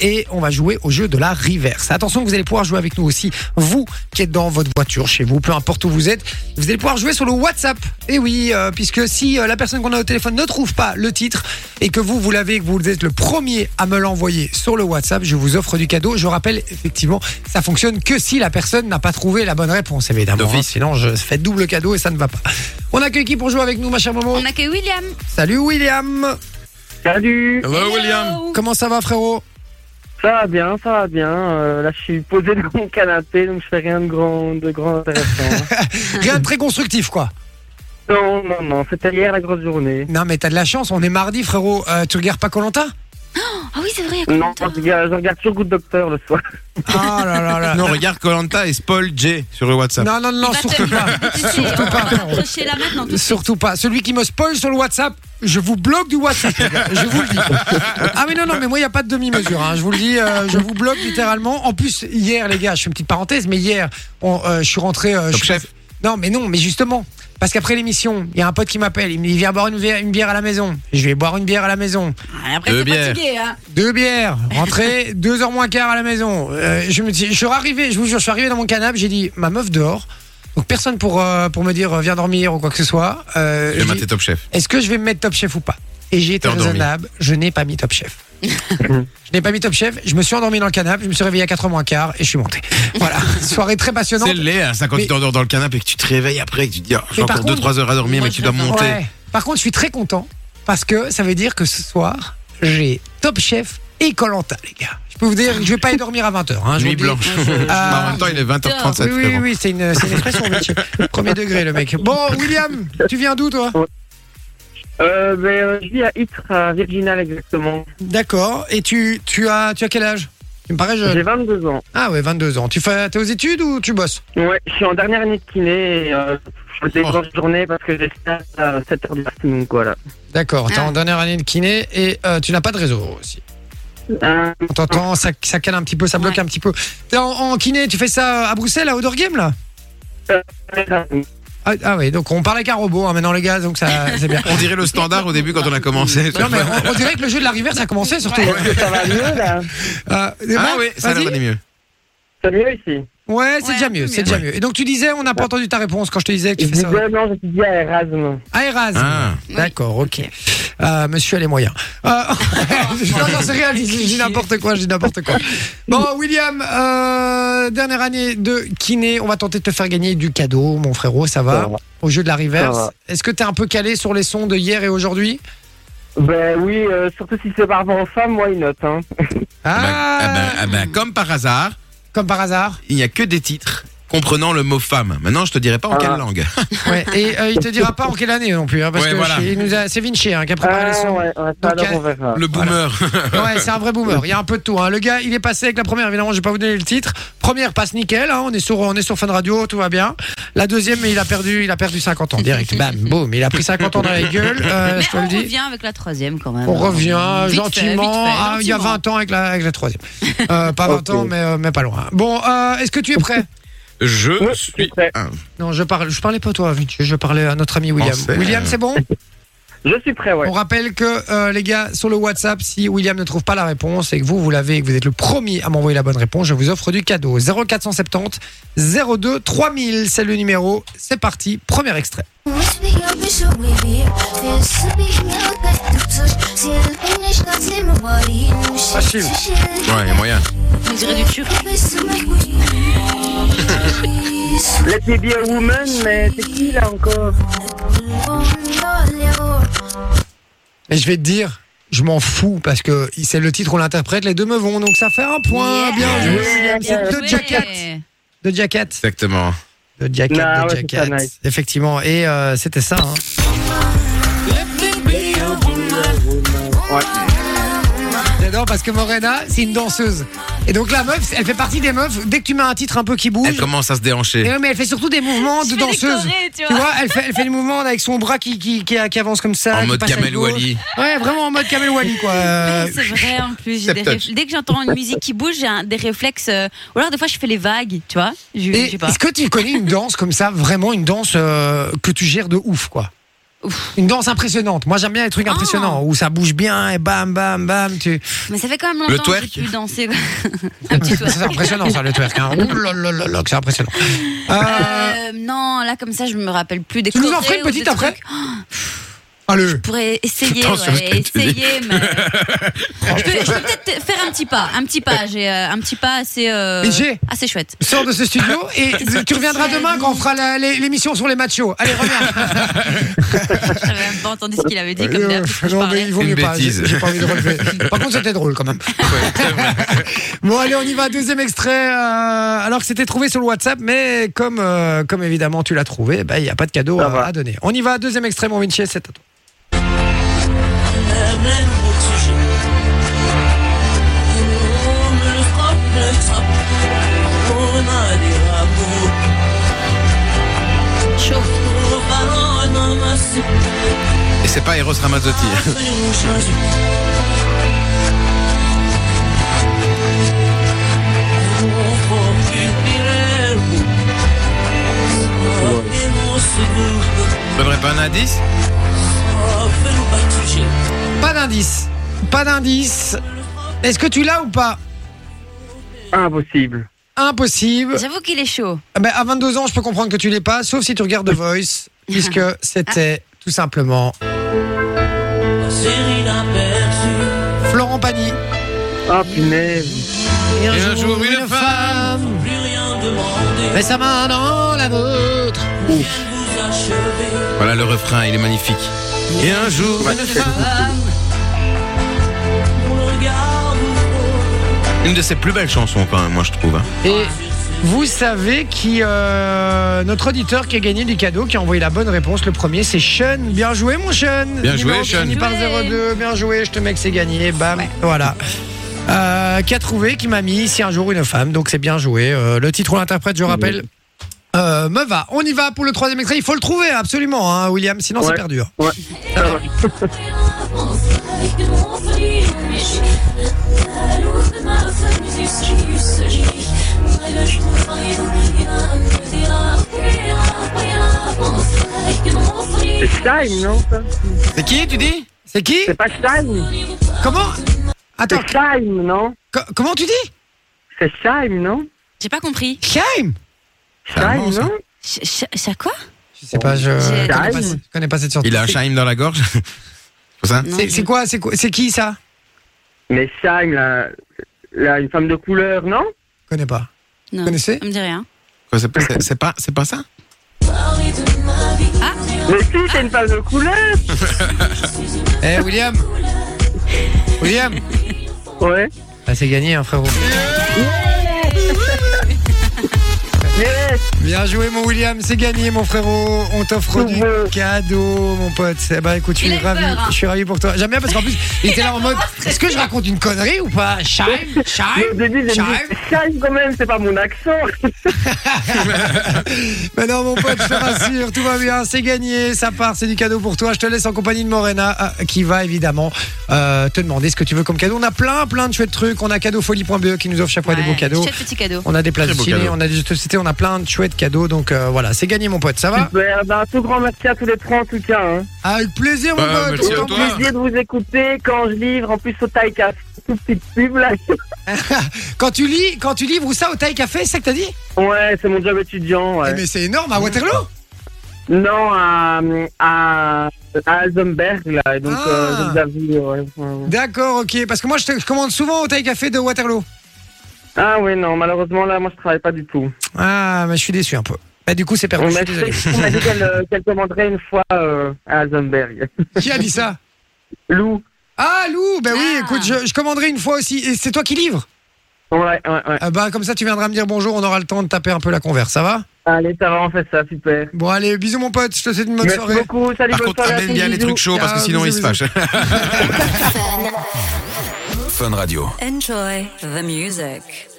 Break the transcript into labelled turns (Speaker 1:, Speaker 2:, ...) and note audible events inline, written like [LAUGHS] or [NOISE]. Speaker 1: et on va jouer au jeu de la reverse. Attention, vous allez pouvoir jouer avec nous aussi, vous qui êtes dans votre voiture, chez vous, peu importe où vous êtes. Vous allez pouvoir jouer sur le WhatsApp. Et oui, euh, puisque si euh, la personne qu'on a au téléphone ne trouve pas le titre et que vous, vous l'avez et que vous êtes le premier à me l'envoyer sur le WhatsApp, je vous offre du cadeau. Je rappelle, effectivement, ça fonctionne que si la personne n'a pas trouvé la bonne réponse, évidemment.
Speaker 2: D'office.
Speaker 1: hein. sinon, je fais double cadeau et ça ne va pas. On accueille qui pour jouer avec nous, ma chère maman
Speaker 3: On accueille William.
Speaker 1: Salut William
Speaker 4: Salut,
Speaker 2: Hello, William.
Speaker 3: Hello.
Speaker 1: Comment ça va, frérot
Speaker 4: ça va bien, ça va bien. Euh, là, je suis posé dans mon canapé, donc je fais rien de grand, de grand
Speaker 1: [LAUGHS]
Speaker 4: intéressant.
Speaker 1: Rien de très constructif, quoi.
Speaker 4: non, non, non, c'était hier la grosse journée.
Speaker 1: Non, mais t'as de la chance, on est mardi, frérot. Euh, tu regardes pas Colanta
Speaker 3: Ah oui, c'est vrai, il y a
Speaker 4: Non,
Speaker 3: combien de
Speaker 4: je
Speaker 3: temps
Speaker 4: regarde, je regarde sur Good Doctor le soir.
Speaker 1: Ah là là là.
Speaker 2: Non, regarde Colanta et Paul J sur le WhatsApp.
Speaker 1: [LAUGHS] Non, non, non,
Speaker 3: Il va te-
Speaker 1: surtout
Speaker 3: il
Speaker 1: pas. [LAUGHS]
Speaker 3: va te
Speaker 1: Surtout pas,
Speaker 3: toucher, on va
Speaker 1: frérot.
Speaker 3: t'accrocher là maintenant. tout de suite.
Speaker 1: Surtout pas. Celui qui me spoil sur le WhatsApp, je vous bloque du WhatsApp, les gars. Je vous
Speaker 3: [LAUGHS]
Speaker 1: le dis. Ah, mais non, non, mais moi, il n'y a pas de demi-mesure. hein. Je vous le dis, euh, je vous bloque littéralement. En plus, hier, les gars, je fais une petite parenthèse, mais hier, on, euh, je suis rentré. euh, je
Speaker 2: Top
Speaker 1: suis-
Speaker 2: chef.
Speaker 1: Non, mais non, mais justement. Parce qu'après l'émission, il y a un pote qui m'appelle. Il me dit Viens boire une bière, une bière à la maison. Je vais boire une bière à la maison.
Speaker 3: Ah, Après,
Speaker 2: Deux
Speaker 3: t'es
Speaker 2: bières.
Speaker 3: fatigué, hein.
Speaker 1: Deux bières, rentrer, deux heures moins quart à la maison. Euh, je me dis, je suis arrivé, je vous jure, je suis arrivé dans mon canapé, j'ai dit, ma meuf dehors. Donc personne pour, euh, pour me dire, euh, viens dormir ou quoi que ce soit. Euh,
Speaker 2: J'ai
Speaker 1: j'ai
Speaker 2: maté
Speaker 1: dit,
Speaker 2: Top Chef.
Speaker 1: Est-ce que je vais me mettre top chef ou pas Et j'ai été
Speaker 2: T'es endormi.
Speaker 1: raisonnable, je n'ai pas mis top
Speaker 2: [LAUGHS]
Speaker 1: chef. je n'ai pas mis top chef, je me suis endormi dans le canapé, je me suis réveillé à 4 h moins quart et je suis
Speaker 2: [LAUGHS]
Speaker 1: monté. Voilà, soirée très passionnante.
Speaker 2: C'est le lait, hein, ça, quand
Speaker 1: Mais-
Speaker 2: tu t'endors dans le canapé et que tu te réveilles après et que tu te dis, Ah, j'ai
Speaker 1: Mais par
Speaker 2: encore 2-3 heures à dormir, mais tu dois monter.
Speaker 1: Ouais. Par contre, je suis très content parce que ça veut dire que ce soir, j'ai Top Chef et Colanta, les gars. Je peux vous dire, que je vais pas y dormir à 20h. Hein, je vous
Speaker 2: Nuit
Speaker 1: le dis. [LAUGHS]
Speaker 2: blanche. Bah, en même temps, il est 20h37.
Speaker 1: Oui, oui,
Speaker 2: frérot.
Speaker 1: oui, c'est une, c'est une expression,
Speaker 2: [LAUGHS]
Speaker 1: Vinci. Premier degré, le mec. Bon, William, tu viens d'où, toi
Speaker 4: Euh, ben, euh, je vis à Ytre, à Virginal exactement.
Speaker 1: D'accord. Et tu, tu, as, tu as quel âge Tu me parais jeune.
Speaker 4: J'ai 22 ans.
Speaker 1: Ah ouais, 22 ans. Tu fais, t'es aux études ou tu bosses
Speaker 4: Ouais, je suis en dernière année de kiné. Et, euh, je fais des
Speaker 2: Oh.
Speaker 4: grosses journées parce que j'ai stage à 7h du matin, donc voilà.
Speaker 1: D'accord, t'es
Speaker 3: Ah.
Speaker 1: en dernière année de kiné et euh, tu n'as pas de réseau aussi.
Speaker 4: Euh,
Speaker 1: On t'entend, ça, ça cale un petit peu, ça bloque
Speaker 3: Ouais.
Speaker 1: un petit peu. T'es en, en kiné, tu fais ça à Bruxelles, à Odor Game, là Ah, ah oui, donc on parle avec un robot hein, maintenant les gars, donc ça
Speaker 2: [LAUGHS]
Speaker 1: c'est bien.
Speaker 2: On dirait le standard au début quand on a commencé. Ah
Speaker 1: Non mais on, on dirait que le jeu de la rivière ça a commencé surtout.
Speaker 4: ça va mieux là
Speaker 1: Euh,
Speaker 2: Ah
Speaker 1: Marc,
Speaker 2: oui, ça a l'air
Speaker 1: vas-y.
Speaker 2: d'aller mieux.
Speaker 4: Ça va mieux ici
Speaker 1: Ouais, c'est
Speaker 3: Ouais,
Speaker 1: déjà
Speaker 3: un peu
Speaker 1: mieux,
Speaker 3: mieux.
Speaker 1: c'est déjà mieux. Et donc tu disais, on n'a pas entendu ta réponse quand je te disais que
Speaker 4: Je
Speaker 1: tu fais ça.
Speaker 4: disais, non, j'étudie à Erasme.
Speaker 1: Ah Erasme.
Speaker 2: Ah.
Speaker 1: D'accord, ok. Euh, monsieur a les moyens. Euh, [LAUGHS] non, non, c'est rien, je dis je dis n'importe quoi, je dis n'importe quoi. Bon, William, euh, dernière année de kiné, on va tenter de te faire gagner du cadeau, mon frérot, ça va,
Speaker 4: Ça va.
Speaker 1: Au jeu de la reverse.
Speaker 4: Ça va.
Speaker 1: Est-ce que t'es un peu calé sur les sons de hier et aujourd'hui
Speaker 4: Ben oui, euh, surtout si c'est par rapport aux femmes, moi, une note. Hein.
Speaker 2: Ah bah, ah bah,
Speaker 1: Ah,
Speaker 2: ah bah, comme par hasard,
Speaker 1: Comme par hasard.
Speaker 2: il n'y a que des titres comprenant le mot femme. Maintenant, je te dirai pas en
Speaker 4: Ah.
Speaker 2: quelle langue.
Speaker 1: Ouais, et euh, il te dira pas en quelle année non plus, hein, parce
Speaker 2: Ouais,
Speaker 1: que
Speaker 2: voilà.
Speaker 1: chez- il nous a- c'est Vinci hein, qui a préparé les
Speaker 4: Ah,
Speaker 1: sons.
Speaker 4: ouais, ouais, ça, alors on verra.
Speaker 2: Le boomer.
Speaker 1: Ouais, c'est un vrai boomer. Il y a un peu de tout. hein. Le gars, il est passé avec la première. Évidemment, je vais pas vous donner le titre. Première passe nickel. hein, on est sur, on est sur Fun Radio, tout va bien. La deuxième, il a perdu, il a perdu 50 ans direct. Bam, boum, il a pris 50 ans dans la gueule. euh,
Speaker 3: Mais
Speaker 1: je te le
Speaker 3: on
Speaker 1: dis.
Speaker 3: revient avec la troisième quand même.
Speaker 1: On revient
Speaker 3: Vite fait, vite
Speaker 1: gentiment.
Speaker 3: fait,
Speaker 1: Ah, il y a
Speaker 3: gentiment.
Speaker 1: 20 ans avec la, avec la troisième. Euh, pas 20 ans,
Speaker 4: Ok.
Speaker 1: mais, euh, mais pas loin. Bon, euh, est-ce que tu es prêt
Speaker 2: Je
Speaker 4: Ouais,
Speaker 2: suis.
Speaker 4: c'est-
Speaker 2: Ah,
Speaker 1: Non, je parle, je parlais pas à toi, Vinci. Je parlais à notre ami William.
Speaker 2: Français.
Speaker 1: William, c'est bon
Speaker 4: Je suis prêt, ouais.
Speaker 1: On rappelle que euh, les gars sur le WhatsApp, si William ne trouve pas la réponse et que vous vous l'avez et que vous êtes le premier à m'envoyer la bonne réponse, je vous offre du cadeau 0470 02 3000, c'est le numéro. C'est parti, premier extrait.
Speaker 5: Wish me up and show me beer. Feel sleepy, milk, like the touch. See the finish, got in my body.
Speaker 1: Facile.
Speaker 2: Ouais, il y a moyen.
Speaker 3: On dirait du turc.
Speaker 2: Oh.
Speaker 4: Let me be a woman, mais c'est qui là encore
Speaker 1: Et je vais te dire, je m'en fous parce que c'est le titre, on l'interprète, les deux me vont, donc ça fait un point.
Speaker 3: Yeah.
Speaker 1: Bien joué, William.
Speaker 4: Yeah.
Speaker 1: C'est deux jackets.
Speaker 3: Ouais.
Speaker 1: Deux jackets.
Speaker 2: Exactement.
Speaker 1: Deux jackets,
Speaker 4: Nah,
Speaker 1: deux
Speaker 4: ouais, c'est ça,
Speaker 1: jackets.
Speaker 4: nice.
Speaker 1: Effectivement, et euh, c'était ça. hein. J'adore parce que Morena, c'est une danseuse. Et donc la meuf, elle fait partie des meufs. Dès que tu mets un titre un peu qui
Speaker 2: Elle
Speaker 1: bouge,
Speaker 2: commence à se
Speaker 1: et
Speaker 2: déhancher.
Speaker 1: ouais, mais elle fait surtout des mouvements
Speaker 3: Je
Speaker 1: de
Speaker 3: fais
Speaker 1: danseuse.
Speaker 3: décorer, tu
Speaker 1: Tu
Speaker 3: vois.
Speaker 1: vois, elle fait, elle fait des mouvements avec son bras qui, qui, qui, qui avance comme ça.
Speaker 2: En
Speaker 1: qui
Speaker 2: mode
Speaker 1: passe à
Speaker 2: Kamel
Speaker 1: gauche. [LAUGHS]
Speaker 2: Wally.
Speaker 1: Ouais, vraiment en mode Kamel Wally, quoi. Euh,
Speaker 3: C'est vrai en plus. j'ai
Speaker 2: Step
Speaker 3: des
Speaker 2: touch.
Speaker 3: réf- Dès que j'entends une musique qui bouge, j'ai un- des réflexes. euh, Ou alors des fois je fais les vagues, tu vois. Je,
Speaker 1: Et
Speaker 3: je sais pas.
Speaker 1: est-ce que tu connais une danse comme ça, vraiment une danse euh, que tu gères de ouf, quoi Une danse impressionnante. Moi, j'aime bien les trucs
Speaker 3: Ah.
Speaker 1: impressionnants où ça bouge bien et bam, bam, bam. Tu...
Speaker 3: Mais ça fait quand même
Speaker 2: Le
Speaker 3: longtemps que
Speaker 2: twerk.
Speaker 3: j'ai plus dansé.
Speaker 1: [LAUGHS]
Speaker 3: quoi. Un petit
Speaker 1: Ça, c'est
Speaker 3: twerk.
Speaker 1: impressionnant, ça, le twerk. Hein. Ouh là là là là, que c'est impressionnant. Euh,
Speaker 3: Euh, non, là comme ça, je me rappelle plus des
Speaker 1: Tu nous en
Speaker 3: choréos,
Speaker 1: ferais une
Speaker 3: des
Speaker 1: petite après
Speaker 3: trucs.
Speaker 1: Allez.
Speaker 3: Je pourrais essayer,
Speaker 2: Attention à ce
Speaker 3: ouais,
Speaker 2: que tu dis.
Speaker 3: essayer,
Speaker 1: [LAUGHS]
Speaker 3: mais je peux, je peux peut-être faire un petit pas, un petit pas. J'ai euh, un petit pas assez, euh,
Speaker 1: Léger.
Speaker 3: assez chouette.
Speaker 1: Sors de ce studio
Speaker 3: [LAUGHS]
Speaker 1: et tu reviendras demain quand on fera la- l'é- l'émission sur les machos. Allez, reviens.
Speaker 3: J'avais pas entendu ce qu'il avait dit comme
Speaker 1: Euh,
Speaker 3: d'hab. je
Speaker 1: non,
Speaker 3: parlais.
Speaker 1: mais il vaut
Speaker 2: Une
Speaker 1: mieux pas. J'ai
Speaker 2: bêtise.
Speaker 1: j'ai pas envie de relever. Par contre, c'était drôle quand même. Bon, allez, on y va. Deuxième extrait. euh, alors que c'était trouvé sur le WhatsApp, mais comme, euh, comme évidemment tu l'as trouvé, bah, il n'y a pas de cadeau
Speaker 4: Ça
Speaker 1: à,
Speaker 4: va.
Speaker 1: à donner. On y va. Deuxième extrait, mon Vinci, c'est à toi.
Speaker 2: Et c'est pas Eros Ramazzotti. [LAUGHS] Faudrait pas un indice
Speaker 1: Pas d'indice. Pas d'indice. Est-ce que tu l'as ou pas
Speaker 4: Impossible.
Speaker 1: Impossible.
Speaker 3: J'avoue qu'il est chaud.
Speaker 1: Ah ben, à 22 ans, je peux comprendre que tu l'aies pas, sauf si tu regardes The Voice,
Speaker 2: [LAUGHS]
Speaker 1: puisque c'était tout simplement Florent Pagny.
Speaker 4: Ah, punaise.
Speaker 1: Et
Speaker 2: un jour, une femme.
Speaker 1: met sa main dans la vôtre.
Speaker 2: Voilà le refrain, il est magnifique. Et un jour, une de ses plus belles chansons, quand même, moi je trouve. hein.
Speaker 1: Et vous savez qui euh, notre auditeur qui a gagné du cadeau, qui a envoyé la bonne réponse, le premier, c'est Sean. Bien joué, mon Sean.
Speaker 2: Bien joué,
Speaker 1: Numéro qui
Speaker 2: Sean.
Speaker 1: finit par
Speaker 3: Bien joué.
Speaker 1: 02. Bien joué, je te mets que c'est gagné. Bam, voilà. Euh, qui a trouvé, qui m'a mis si un jour une femme. Donc c'est bien joué. Euh, le titre ou l'interprète, je rappelle. euh, me va. On y va pour le troisième extrait. Il faut le trouver absolument, hein, William. Sinon c'est
Speaker 4: Ouais.
Speaker 1: perdu. hein.
Speaker 4: Ouais. Ça va. C'est Stein, non ça
Speaker 2: C'est qui, tu dis
Speaker 1: C'est qui
Speaker 4: C'est pas Stein
Speaker 1: Comment Attends.
Speaker 4: C'est Stein, non
Speaker 1: co- comment tu dis
Speaker 4: C'est Stein, non
Speaker 3: J'ai pas compris.
Speaker 1: Chaim
Speaker 4: Stein,
Speaker 2: bon, ça.
Speaker 4: non
Speaker 3: Ch- ch- Ça quoi
Speaker 1: Je sais pas. Je connais
Speaker 3: J'ai-
Speaker 1: pas,
Speaker 4: Chaim.
Speaker 1: je connais pas cette chanson.
Speaker 2: Il a un chime dans la gorge. [LAUGHS] C'est ça
Speaker 3: Non,
Speaker 1: C'est-
Speaker 3: je-
Speaker 1: C'est quoi C'est quoi C'est qui ça
Speaker 4: Mais Stein, là, là, une femme de couleur, non
Speaker 1: Je connais pas.
Speaker 3: non,
Speaker 1: connaissez
Speaker 3: Ça me dit rien.
Speaker 2: Quoi, c'est pas- c'est- C'est pas, c'est pas ça
Speaker 4: Mais si, c'est une femme de couleur
Speaker 1: Eh William William
Speaker 4: Ouais.
Speaker 1: Bah c'est gagné hein, frérot.
Speaker 4: Yes
Speaker 1: Bien joué mon William, c'est gagné mon frérot. On t'offre du
Speaker 4: Bravo.
Speaker 1: cadeau mon pote. Eh bah écoute, je
Speaker 3: Il
Speaker 1: suis
Speaker 3: a eu
Speaker 1: ravi.
Speaker 3: peur, hein.
Speaker 1: Je suis ravi pour toi. J'aime bien parce qu'en plus, il était là en
Speaker 3: [LAUGHS]
Speaker 1: mode Est-ce que je raconte une connerie ou pas
Speaker 4: [LAUGHS]
Speaker 1: Chime
Speaker 4: Mais Au début,
Speaker 1: Chime
Speaker 4: j'ai dit
Speaker 1: Chime
Speaker 4: Stein quand même, c'est pas mon accent [LAUGHS]
Speaker 1: Mais non mon pote, je te rassure, tout va bien, c'est gagné, ça part, c'est du cadeau pour toi. Je te laisse en compagnie de Morena euh, qui va évidemment euh, te demander ce que tu veux comme cadeau. On a plein plein de chouettes trucs. On a cadeaufolie.be E qui nous offre chaque fois des
Speaker 3: Ouais,
Speaker 1: beaux cadeaux.
Speaker 3: chouette petit cadeau.
Speaker 1: On a des places
Speaker 2: Très beau
Speaker 1: ciné,
Speaker 2: cadeau.
Speaker 1: on a des cités, on a plein de chouettes cadeaux. Donc euh, voilà, c'est gagné, mon pote. Ça [LAUGHS] va
Speaker 4: Super, ben, un tout grand merci à tous les trois en tout cas. hein.
Speaker 1: Ah, Avec plaisir, mon
Speaker 2: Bah,
Speaker 1: pote.
Speaker 2: merci à
Speaker 1: autant
Speaker 2: toi.
Speaker 1: plus.
Speaker 4: plaisir de vous écouter quand je livre, en plus au taille café, toute petite pub là. [LAUGHS]
Speaker 1: Quand tu lis, quand tu livres ça au taille café, c'est ça que t'as dit
Speaker 4: Ouais, c'est mon job
Speaker 1: Eh,
Speaker 4: étudiant. Ouais.
Speaker 1: Mais c'est énorme à Waterloo.
Speaker 4: Non, à, à, à Alzenberg là, et donc
Speaker 1: Ah.
Speaker 4: euh, je vous avoue, ouais, ouais, ouais.
Speaker 1: D'accord, ok. Parce que moi, je, te- je commande souvent au taille café de Waterloo.
Speaker 4: Ah oui, non, malheureusement là, moi je travaille pas du tout.
Speaker 1: Ah, mais je suis déçu un peu. Bah, du coup, c'est perdu.
Speaker 4: On
Speaker 1: je
Speaker 4: m'a
Speaker 1: suis désolé.
Speaker 4: on m'a dit qu'elle euh, qu'elle commanderait une fois euh, à Alzenberg. [LAUGHS]
Speaker 1: Qui a dit ça
Speaker 4: Lou,
Speaker 1: Ah, Lou. Bah oui,
Speaker 3: Ah.
Speaker 1: écoute, je, je commanderai une fois aussi. Et c'est toi qui livres
Speaker 4: ouais, ouais, ouais.
Speaker 1: Ah Bah, comme ça, tu viendras me dire bonjour. On aura le temps de taper un peu la converse. Ça va
Speaker 4: Allez, ça va, on fait ça, super.
Speaker 1: Bon, allez, bisous, mon pote. Je te souhaite une bonne
Speaker 4: Merci
Speaker 1: soirée.
Speaker 4: beaucoup, salut,
Speaker 2: Par
Speaker 4: bonne
Speaker 2: contre,
Speaker 4: soirée à
Speaker 2: amène
Speaker 4: tous,
Speaker 2: bien les
Speaker 4: bisous.
Speaker 2: trucs chauds parce que
Speaker 1: Ah,
Speaker 2: sinon ils se
Speaker 1: bisous,
Speaker 2: fâchent. [LAUGHS]
Speaker 6: Fun Radio.
Speaker 7: Enjoy the music.